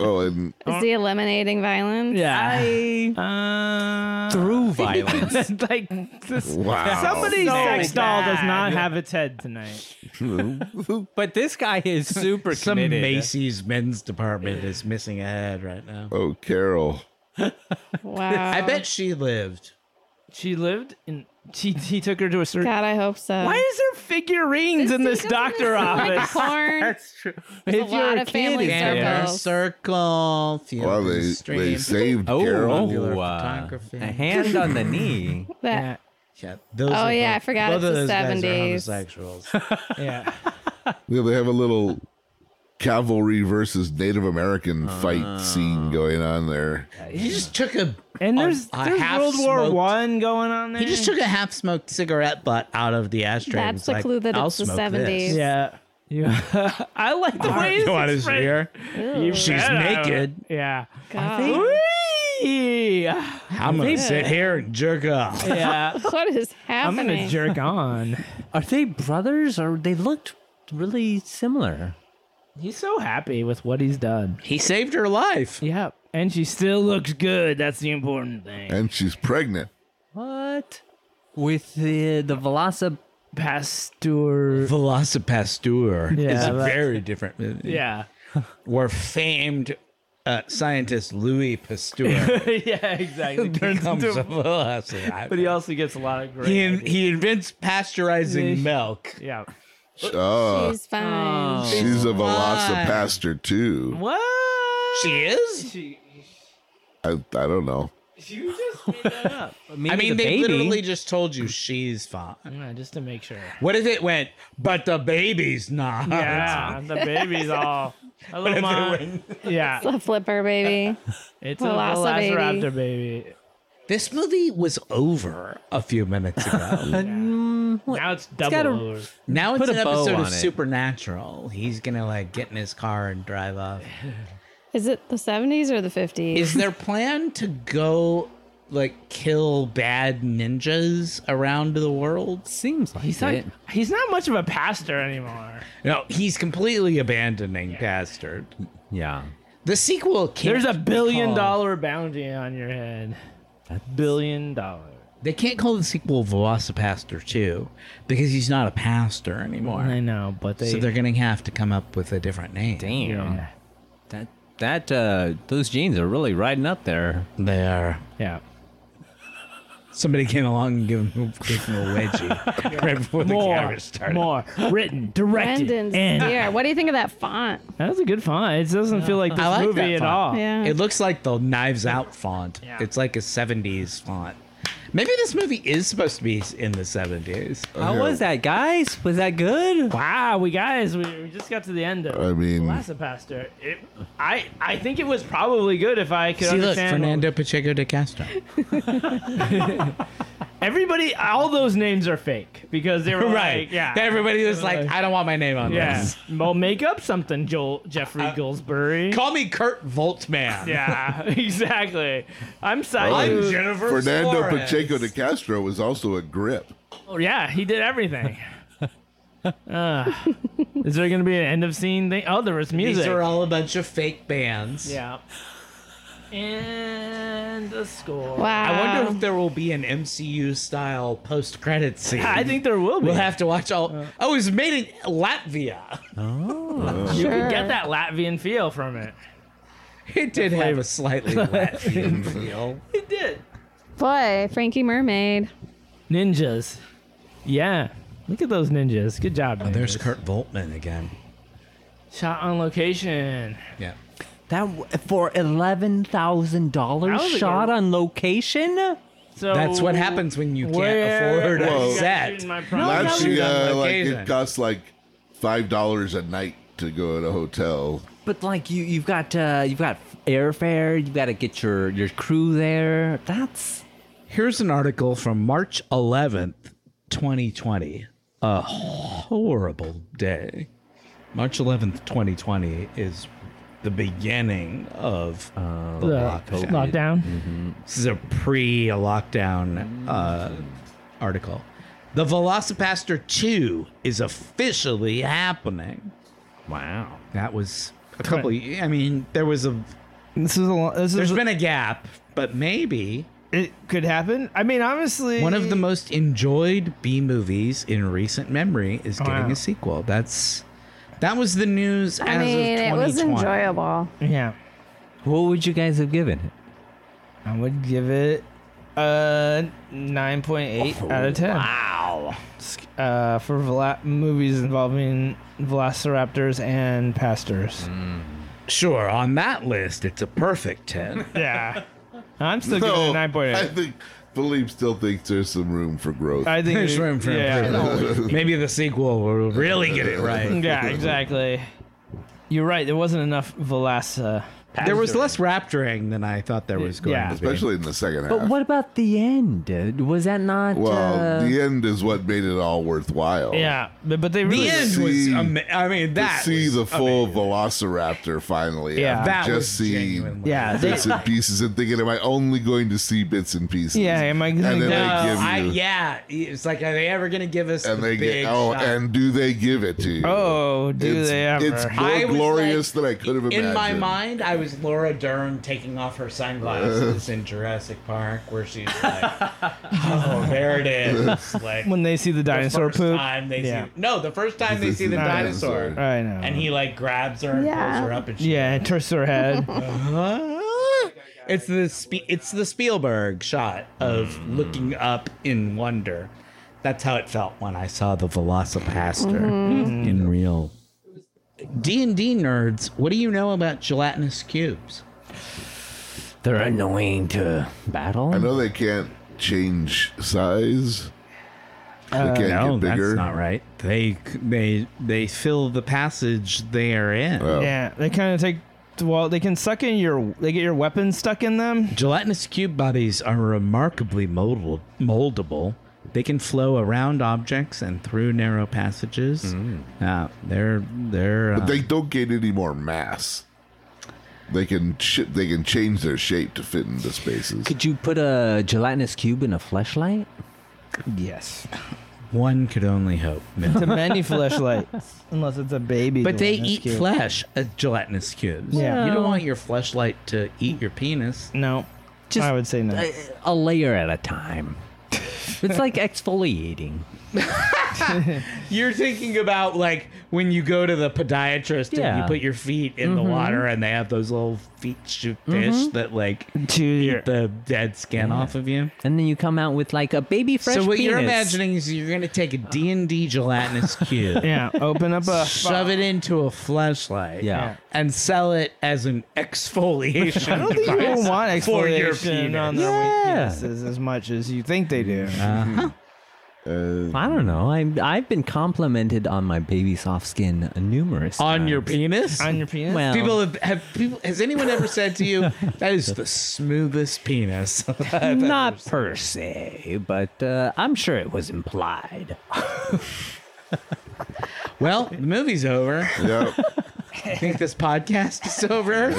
Oh, and Is he eliminating violence? Yeah. I, uh, Through violence. like this, wow. somebody's So sex doll does bad. not have its head tonight. but this guy is super Some committed. Macy's men's department is missing a head right now. Oh, Carol. Wow. I bet she lived. She lived and she he took her to a surgery. God, I hope so. Why is there figurines in this Doesn't doctor this look like office? true. porn? a lot of family Inner Circles. circle. feel Well, the they, stream. they saved Oh, Carol. Popular oh, uh, photography. a hand on the knee. That- Yeah. Yeah, those Oh, are yeah, both- I forgot both it's of the those guys are 70s. homosexuals. Yeah. Yeah, they have a little cavalry versus Native American Ah. fight scene going on there. he just took a And Oh, a- there's, a there's half World War smoked- One going on there. He just took a half smoked cigarette butt out of the ashtray. and That's was the like, clue that I'll it's the smoke 70s. This. Yeah. Yeah. I like the way You want it's to see her? Ew, She's naked. Yeah. God. Whee! I'm gonna sit here and jerk off. Yeah. What is I'm happening? gonna jerk on. Are they brothers or they looked really similar? He's so happy with what he's done. He saved her life. Yep. And she still looks good. That's the important thing. And she's pregnant. What? With uh, the the Veloci Pastor. Velocipasteur is Yeah, that- very different movie. Yeah. Where famed uh, scientist Louis Pasteur yeah, exactly. Turns becomes into- a velociraptor. but he also gets a lot of great. he, in, he invents pasteurizing Yeah. milk. yeah. Oh, She's fine. she's, a velocipaster too. What? She is? She, I, I don't know. you just made that up. I mean, they the baby. literally just told you she's fine. yeah, just to make sure. What if it went, but the baby's not? Yeah, the baby's all. Hello, If mom. it went- Yeah, The flipper baby. it's a Velociraptor baby. Velociraptor baby. This movie was over a few minutes ago. Now it's double gotta- over. now it's Put an a bow episode on of it. Supernatural. He's gonna like get in his car and drive off. Is it the 70s or the 50s? Is their plan to go like kill bad ninjas around the world? seems like He's it. not, he's not much of a pastor anymore. No, he's completely abandoning Bastard. Yeah. The sequel can't There's a be billion called- dollar bounty on your head. A billion dollar. They can't call the sequel Velocipaster 2 because he's not a pastor anymore. I know, but they. So they're gonna have to come up with a different name. Damn. yeah. That that uh those jeans are really riding up there. They are. yeah. Somebody came along and gave him, gave him a wedgie right before the More, camera started. more written, directed, Brendan's and dear. What do you think of that font? that was a good font. It doesn't feel like this like that movie at font. all. Yeah. It looks like the Knives Out font. Mm. Yeah. It's like a 70s font. Maybe this movie is supposed to be in the 70s. Uh, How was that, guys? Was that good? Wow, we guys, we, we just got to the end I of mean, Velocipaster. It, I I think it was probably good if I could See, look, understand. Fernando Pacheco de Castro. Everybody, all those names are fake because they were like, yeah, Everybody was like, I don't want my name on yeah. this. well, make up something, Joel Jeffrey Goldsberry. Uh, Call me Kurt Voltman. yeah, exactly. I'm I'm sorry. Jennifer Fernando Suarez. Pacheco de Castro was also a grip. yeah, he did everything. Uh, is there gonna be an end of scene thing? Oh, there was music. These are all a bunch of fake bands. yeah. And the score. Wow. I wonder if there will be an MCU style post credit scene. Um, I think Uh. there will be. we'll have to watch all. oh, it was made in Latvia. if sure. get that Latvian feel from it. It did have a slightly Latvian feel. It did. Boy, Frankie Mermaid. Ninjas. Yeah. Look at those ninjas. Good job. ninjas. There's Kurt Voltman again. Shot on location. Yeah. That w- for eleven thousand dollars That was a shot good- on location. So That's what happens when you can't Oh, where- afford a Whoa. set. My Last was year, uh, on like location. it costs like five dollars a night to go to a hotel. But like you, you've got uh, you've got airfare. You've got to get your your crew there. That's Here's an article from March 11th, 2020. A horrible day. March 11th, 2020 is the beginning of uh, the lockdown. Lockdown. This is a pre lockdown uh, article. The Velocipaster 2 is officially happening. Wow. That was a couple. I mean, there was a. This is a. lo- This There's is. been a gap, but maybe it could happen. I mean, honestly, one of the most enjoyed B movies in recent memory is getting Wow. a sequel. That's that was the news. I as mean, of it was 2020. enjoyable. Yeah, What would you guys have given it? I would give it a nine point eight out of ten. Wow. Uh, for vela- movies involving velociraptors and pastors. Sure, on that list, it's a perfect ten. Yeah. I'm still giving it a nine point I eight. think Philippe still thinks there's some room for growth. I think There's it- room for yeah. improvement. Maybe the sequel will really get it right. Yeah, exactly. You're right. There wasn't enough Velasa. There was less rapturing than I thought there was going Yeah. to be. especially in the second half. But what about the end? Uh, Was that not? well, uh, the end is what made it all worthwhile. Yeah, but, but they really. The end was. see- Ama- I mean, To that see was the full Velociraptor finally. Yeah. after That just was seeing genuinely- Yeah, they, bits and pieces and thinking, am I only going to see bits and pieces? Yeah, am I gonna And then go- No, they give you. I, yeah, it's like are they ever going to give us and the they big get oh, shot? and do they give it to you? oh, do it's, they ever? It's more I was glorious like- than I could have imagined. in my mind, I was Laura Dern taking off her sunglasses in Jurassic Park, where she's like, "Oh, there it is!" Like when they see the the dinosaur first poop. time they yeah. see no, the first time they see the dinosaur, I know. and he like grabs her and Yeah. pulls her up, and she yeah, and turns her head. Huh? It's the Spe- it's the Spielberg shot of Hmm. looking up in wonder. That's how it felt when I saw the Velocipaster in real. D and D nerds, what do you know about gelatinous cubes? they're annoying to battle. I know they can't change size. They Uh, can't get bigger. right. They they they fill the passage they are in. Oh. yeah, they kind of take. Well, they can suck in your. They get your weapon stuck in them. Gelatinous cube bodies are remarkably moldable. moldable. They can flow around objects and through narrow passages. Uh, they're they're uh, They don't get any more mass. They can ch- they can change their shape to fit into spaces. Could you put a gelatinous cube in a fleshlight? Yes. one could only hope. to many fleshlights, unless it's a baby. But they gelatinous eat cube. flesh, uh, gelatinous cubes. Yeah. You don't want your fleshlight to eat your penis. No, Just I would say no. a, a layer at a time. it's like exfoliating. You're thinking about like when you go to the podiatrist and Yeah. you put your feet in the water and they have those little feet shoot fish that like to your eat the dead skin off of you. And then you come out with like a baby fresh so what penis. you're imagining is you're going to take a D&D gelatinous cube, yeah, open up a shove it into a flashlight, Yeah. and sell it as an exfoliation I don't think people device want for your exfoliation on penis. their Yeah. penises as much as you think they do. Uh, I don't know. I I've been complimented on my baby soft skin numerous On times. your penis? on your penis. Well, People have, have people has anyone ever said to you that is the smoothest penis? not per se, but uh, I'm sure it was implied. well, the movie's over. yeah. I think this podcast is over.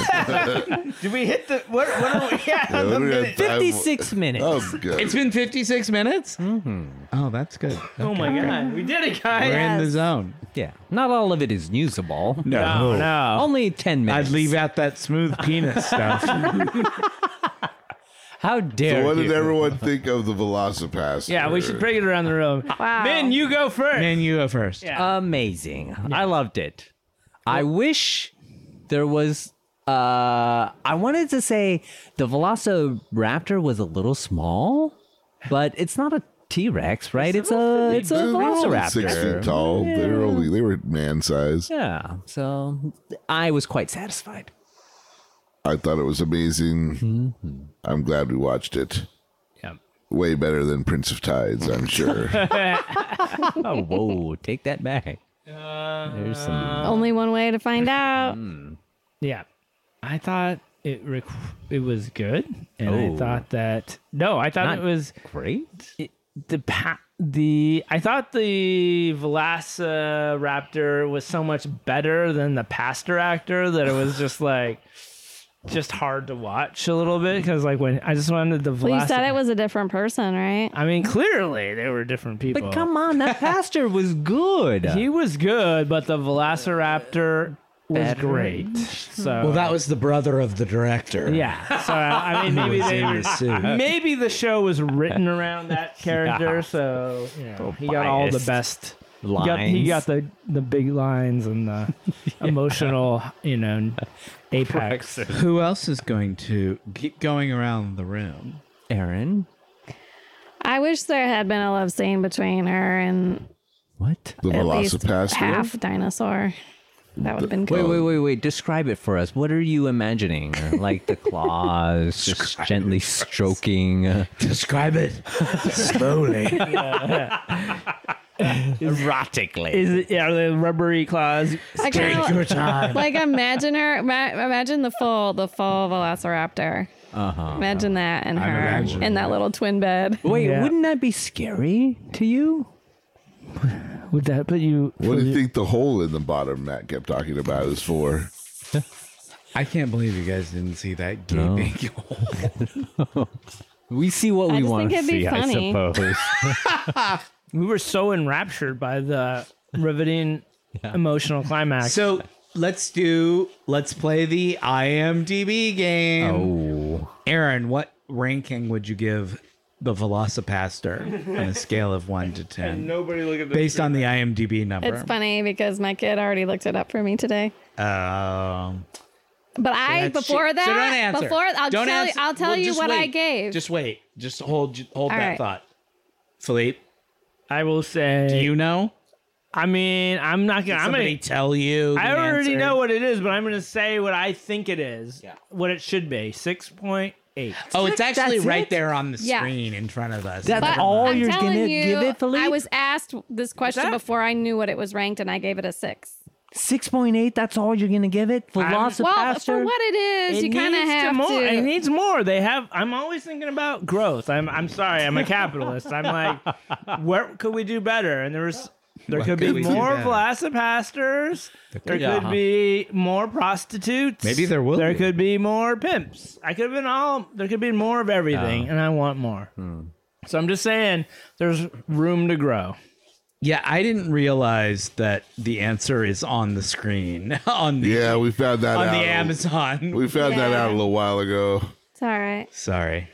Did we hit the what? What are we? Yeah, Yeah, the we had minute- time- 56 minutes. Oh, good. It's been 56 minutes. Mm-hmm. Oh, that's good. Oh my god, we did it, We're guys! in the zone. Yeah. Not all of it is usable. No, Only 10 minutes. I'd leave out that smooth penis stuff. How dare so what you? did everyone think of the Velocipaster? Yeah, we should bring it around the room. Wow. Min, you go first. Man, you go first. Amazing. I loved it. I wish there was. Uh, I wanted to say the Velociraptor was a little small, but it's not a T Rex, right? It's a it's a They're only Six feet Velociraptor. tall. They were only they were man size. Yeah. So I was quite satisfied. I thought it was amazing. Mm-hmm. I'm glad we watched it. Yeah. Way better than Prince of Tides, I'm sure. Oh, whoa! Take that back. There's some. Mm, Only one way to find out. Yeah, I thought it rec- it was good, and Oh. I thought that no, I thought Not- it was Great. it, the pa- the I thought the Velociraptor was so much better than the Pastor actor that it was just like just hard to watch a little bit because like when I just wanted the Well, you said Velociraptor. it was a different person, right? I mean, clearly they were different people. But come on, that pastor was good. He was good, but the Velociraptor was Better. great. So Well, that was the brother of the director. yeah. So I mean, maybe was they in were, the suit. maybe the show was written around that character. So you know, he got all the biased best. He lines. got, he got the the big lines and the emotional, you know, apex. Who else is going to keep going around the room? Aaron. I wish there had been a love scene between her and What? The at least Velocipaster. half dinosaur. That would have been Wait, cool. wait, wait, wait. Describe it for us. What are you imagining? Like the claws just gently stroking. uh, Describe it slowly. Erotically. Is it are the rubbery claws? I Take kinda, your time. like imagine her, ma- imagine the full, the full Velociraptor. Uh-huh. Imagine that and her imagining in that little twin bed. Wait, Yeah. wouldn't that be scary to you? Would that put you? What do you think the hole in the bottom Matt kept talking about is for? I can't believe you guys didn't see that gaping hole. We see what I we just want to think it'd be see, I funny. suppose. We were so enraptured by the riveting emotional climax. So let's do let's play the IMDb game. oh. Aaron, what ranking would you give the Velocipaster on a scale of one to ten? Nobody look at based on the IMDb number. It's funny because my kid already looked it up for me today. Um, But I that's- before so that, don't answer. before I'll Don't tell answer. you, I'll tell Well, you just what I wait. gave. Just wait. Just hold hold All that right. thought. Philippe, I will say, do you know? I mean, I'm not gonna. Did I'm somebody gonna tell you? I the already answer? know what it is, but I'm going to say what I think it is. What it should be. 6.8. Oh, it's actually That's right it? there on the Yeah. screen in front of us. That's But all I'm you're telling gonna you, give it, Philippe? I was asked this question before I knew what it was ranked, and I gave it a six. 6.8, that's all you're going to give it? Velocipaster? well, for what it is, you kind of needs have more, to. It needs more. They have. I'm always thinking about growth. I'm. I'm sorry. I'm a capitalist. I'm like, where could we do better? And there's. There could could be we do more better? velocipastors. There could Yeah. be more prostitutes. Maybe there will There be. could be more pimps. I could have been all. There could be more of everything, and I want more. Hmm. So I'm just saying, there's room to grow. Yeah, I didn't realize that the answer is on the screen on the Yeah, we found that on out. the Amazon. We found that Yeah. out a little while ago. it's all right. Sorry.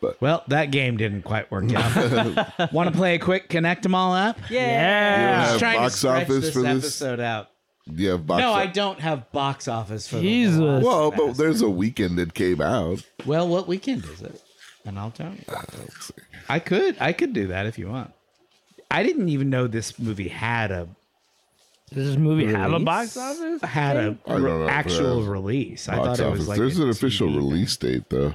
But- well, that game didn't quite work out. Want to play a quick connect them all up? Yeah, You Yeah. have trying box to stretch office this for this? episode out. You have box No, I office- don't have box office for the Jesus. Velocipast. Well, but there's a weekend it came out. Well, what weekend is it? And I'll tell you. I could, I could do that if you want. I didn't even know this movie had a Does this movie have a release? box office? had a I don't know if it actual has release. I Box thought it was office. like there's a an official TV release date though.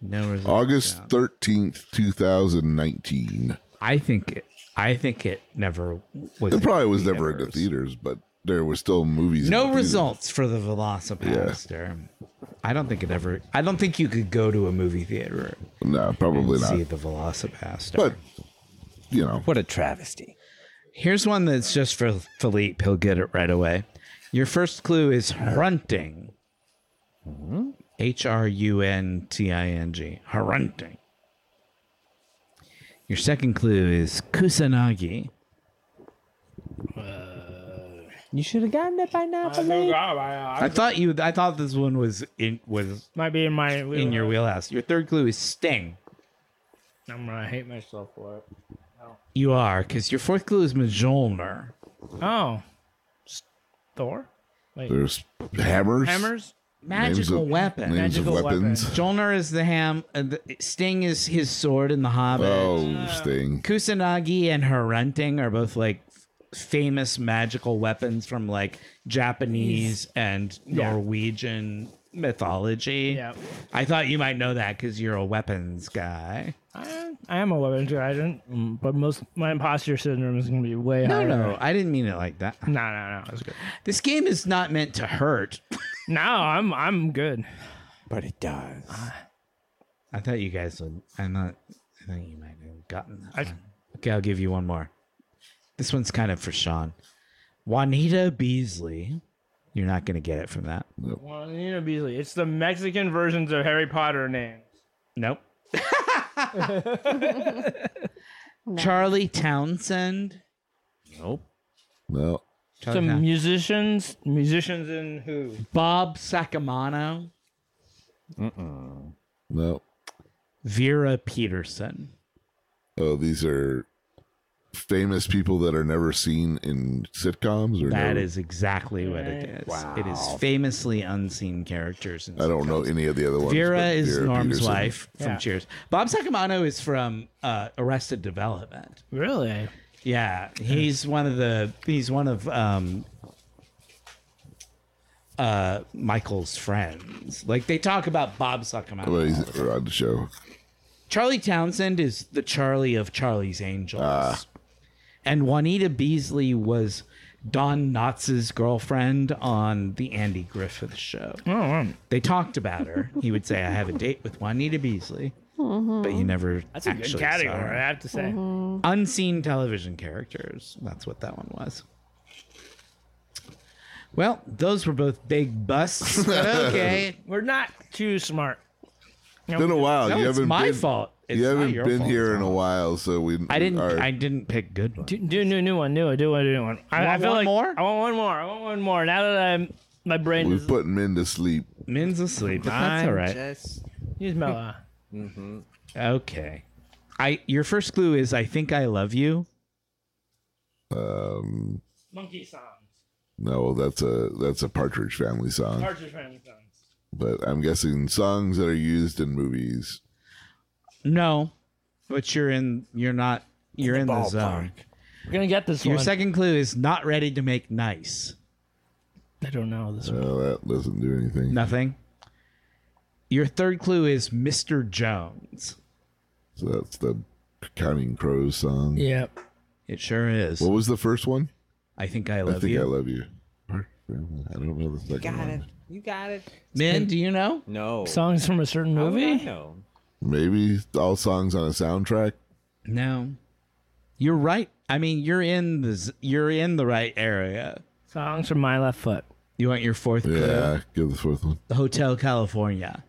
No, there's- August thirteenth, two thousand nineteen. I think it. I think it never was. It probably in was never in the theaters, but there were still movies. in the No theaters. results for the Velocipaster. I don't think it ever. I don't think you could go to a movie theater No, probably and not. see the Velocipaster. But you know, What a travesty. Here's one that's just for Philippe. He'll get it right away. Your first clue is hunting. H R U N T I N G. Hunting. Your second clue is Kusanagi. You should have gotten it by now, Philippe. I thought you. I thought this one was in was Might be in my in your wheelhouse. Your third clue is sting. I'm gonna hate myself for it. You are because your fourth clue is Mjolnir. Oh, S- Thor, there's hammers, hammers. names Magical of- weapon. names Magical of weapons. Mjolnir is the ham. Uh, the, Sting is his sword in The Hobbit. Oh, uh, Sting. Kusanagi and Harunting are both like f- famous magical weapons from like Japanese and Norwegian mythology. Yeah, I thought you might know that because you're a weapons guy. I, I am a weapon guy. I don't, mm, but most my imposter syndrome is gonna be way No, higher. no, I didn't mean it like that. no, no, no. It's good. This game is not meant to hurt. no, I'm I'm good. But it does. I thought you guys would. I'm not. I think you might have gotten that. one. Okay, I'll give you one more. This one's kind of for Sean. Juanita Beasley. You're not going to get it from that. Juanita Beasley. It's the Mexican versions of Harry Potter names. Nope. Charlie Townsend. Nope. No. Charlie Some Town- musicians, musicians in who? Bob Sacamano. No. Vera Peterson. Oh, these are famous people that are never seen in sitcoms or That never- is exactly what it is. It is famously unseen characters. In I don't know any of the other ones. Vera but is Vera Norm's Peterson. wife from Yeah. Cheers. Bob Sacamano is from uh, Arrested Development. Really? Yeah, he's one of the he's one of um, uh, Michael's friends. Like they talk about Bob Sacamano. Well, he's never on the show. Charlie Townsend is the Charlie of Charlie's Angels. Ah. And Juanita Beasley was Don Knotts' girlfriend on the Andy Griffith show. Oh, They talked about her. he would say, I have a date with Juanita Beasley. Mm-hmm. But you never That's Good category, I have to say. Unseen television characters. That's what that one was. Well, those were both big busts, but okay. We're not too smart. Been a while. No, you it's haven't my been, fault. It's you not haven't your been fault. here in a while, so we. I didn't. Our, I didn't pick good ones. Do, do a new, new one, new one, do one, new one. I, I Want feel one like more? I want one more. I want one more. Now that I'm, my brain we're is putting men to sleep. Min's asleep. But that's all right. use mellow. Okay. I your first clue is I think I love you. Um, Monkey songs, no, that's a that's a Partridge Family song, Partridge Family songs. but I'm guessing songs that are used in movies. No. But you're in you're not you're in the, zone. We're gonna get this Your one. second clue is not ready to make nice. I don't know this one. No, uh, that doesn't do anything. Nothing. Your third clue is Mr. Jones. So that's the Counting Crows song. Yep. It sure is. What was the first one? I think I love I think you. I love you. I don't know the second Got one. it. You got it. Min, do you know? No. Songs from a certain How would I movie. know? Maybe all songs on a soundtrack. No. You're right. I mean, you're in the z- you're in the right area. Songs from My Left Foot. You want your fourth clue? Yeah, give the fourth one. Hotel California.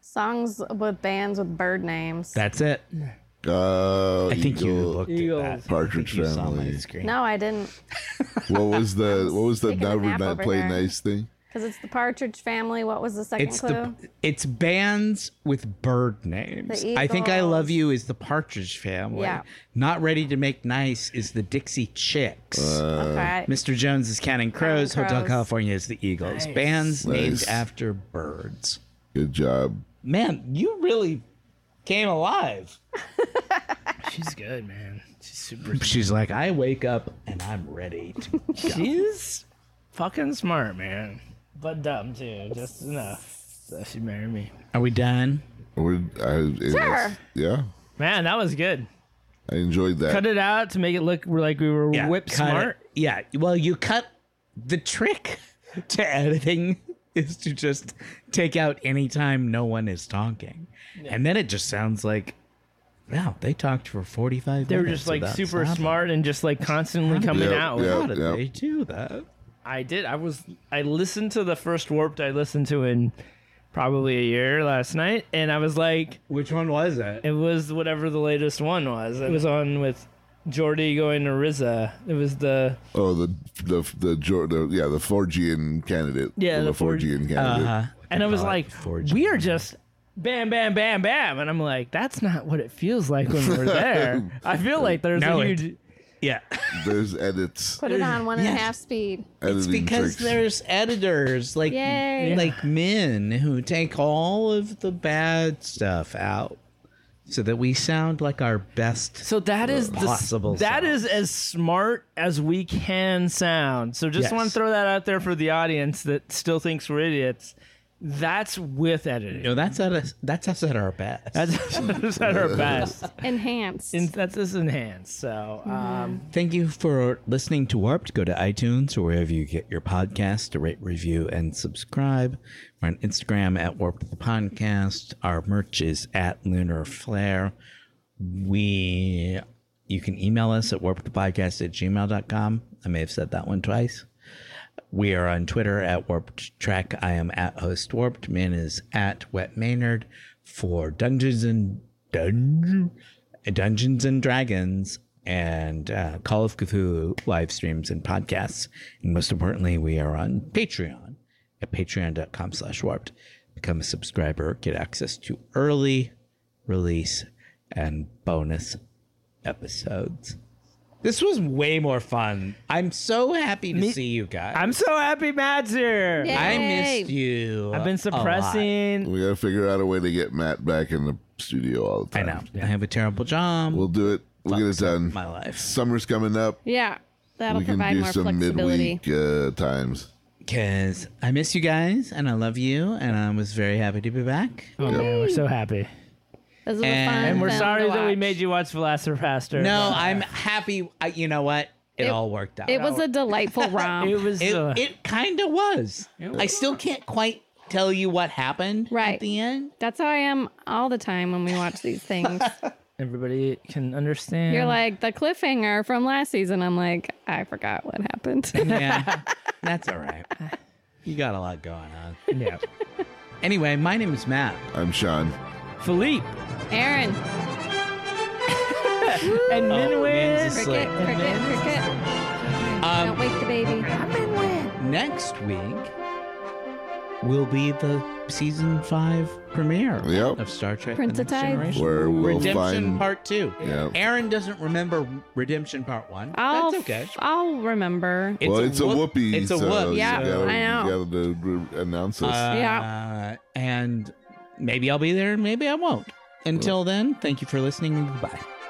Songs with bands with bird names. That's it. Uh, I think you Eagle. looked at that. Partridge I think you saw my Family. screen. no, I didn't. What was the what was the taking a never nap not over play there. nice thing? Because it's the Partridge Family. What was the second It's the clue? it's bands with bird names. The I think I Eagles. love you is the Partridge Family. Yeah. Not ready to make nice is the Dixie Chicks. Uh, Uh, okay. Mr. Jones is Counting Crows. Hotel Crows. California is the Eagles. Bands named Nice. after birds. Good job. Man, you really came alive. She's good, man. She's super. She's like, I wake up and I'm ready. To She's fucking smart, man. But dumb too, just enough. So she married me. Are we done? We're, I, sure. Yeah, Man, that was good. I enjoyed that. Cut it out to make it look like we were whip cut it. smart. Yeah. Well, you cut the trick to editing is to just take out any time no one is talking, and then it just sounds like, wow, they talked for forty five. They were just like super smart and just like constantly coming Yeah, out. with- How yeah. did they do that? I did. I was. I listened to the first warped I listened to in probably a year last night, and I was like, Which one was it? it was whatever the latest one was. It was on with Jordy going to RZA. It was the Oh, the the the, Jor- the yeah the Forgian candidate. Yeah, the, the Forg- Forgian candidate. uh-huh. and I was call it like, forging. we are just bam, bam, bam, bam, and I'm like, that's not what it feels like when we're there. I feel like there's No, a it- huge. Yeah, There's edits. Put it on one and a half Yeah. speed. it's editing because tricks. there's editors like Yay. like men who take all of the bad stuff out, so that we sound like our best. So that is the, Possible That sounds. is as smart as we can sound. So just Yes. want to throw that out there for the audience that still thinks we're idiots. That's with editing. You know, that's at us. That's us at our best. That's, that's at our best. Enhanced. In, that's just enhanced. So, um, Thank you for listening to Warped. Go to iTunes or wherever you get your podcast to rate, review, and subscribe. We're on Instagram at Warped the Podcast. Our merch is at Lunar Flare. We you can email us at warpedpodcast at gmail.com. I may have said that one twice. We are on Twitter at Warped Track. I am at host Warped. Min is at Wet Maynard for Dungeons and Dungeon, Dungeons and Dragons and uh, Call of Cthulhu live streams and podcasts. And most importantly, we are on Patreon at patreon.com slash warped. Become a subscriber, get access to early release and bonus episodes. This was way more fun. I'm so happy to see you guys. I'm so happy Matt's here. Yay. I missed you. I've been a lot. suppressing. We got to figure out a way to get Matt back in the studio all the I time. know. I have a terrible job. We'll do it. We'll get it done. my life. Summer's coming up. yeah. That'll we can provide do more some flexibility. midweek uh, times. Because I miss you guys and I love you and I was very happy to be back. Oh, man, we're so happy. This is a fun And- And we're film sorry to that we watch. made you watch Velociraptor. No, but I'm happy. I, you know what? It, all worked out. It was a delightful romp. It was. It, uh, it kind of was. I still can't quite tell you what happened Right. at the end. That's how I am all the time when we watch these things. everybody can understand. You're like the cliffhanger from last season. I'm like, I forgot what happened. Yeah, that's all right. You got a lot going on. yeah. Anyway, my name is Matt. I'm Sean. Philippe Oh, Aaron, and Minwin. Min's asleep. cricket, cricket, cricket. Um, Don't wake the baby. Next week will be the season five premiere Yep. of Star Trek: Prince The of Next Tides. Generation. Where we'll Redemption find. Part Two. Yeah. Aaron doesn't remember Redemption Part One. I'll, That's okay. I'll remember. well, it's a whoop- whoopee. It's a so whoop. you Yeah, gotta- I know. You got to announce this. Uh, Yeah. And maybe I'll be there, maybe I won't. Until then, thank you for listening and goodbye.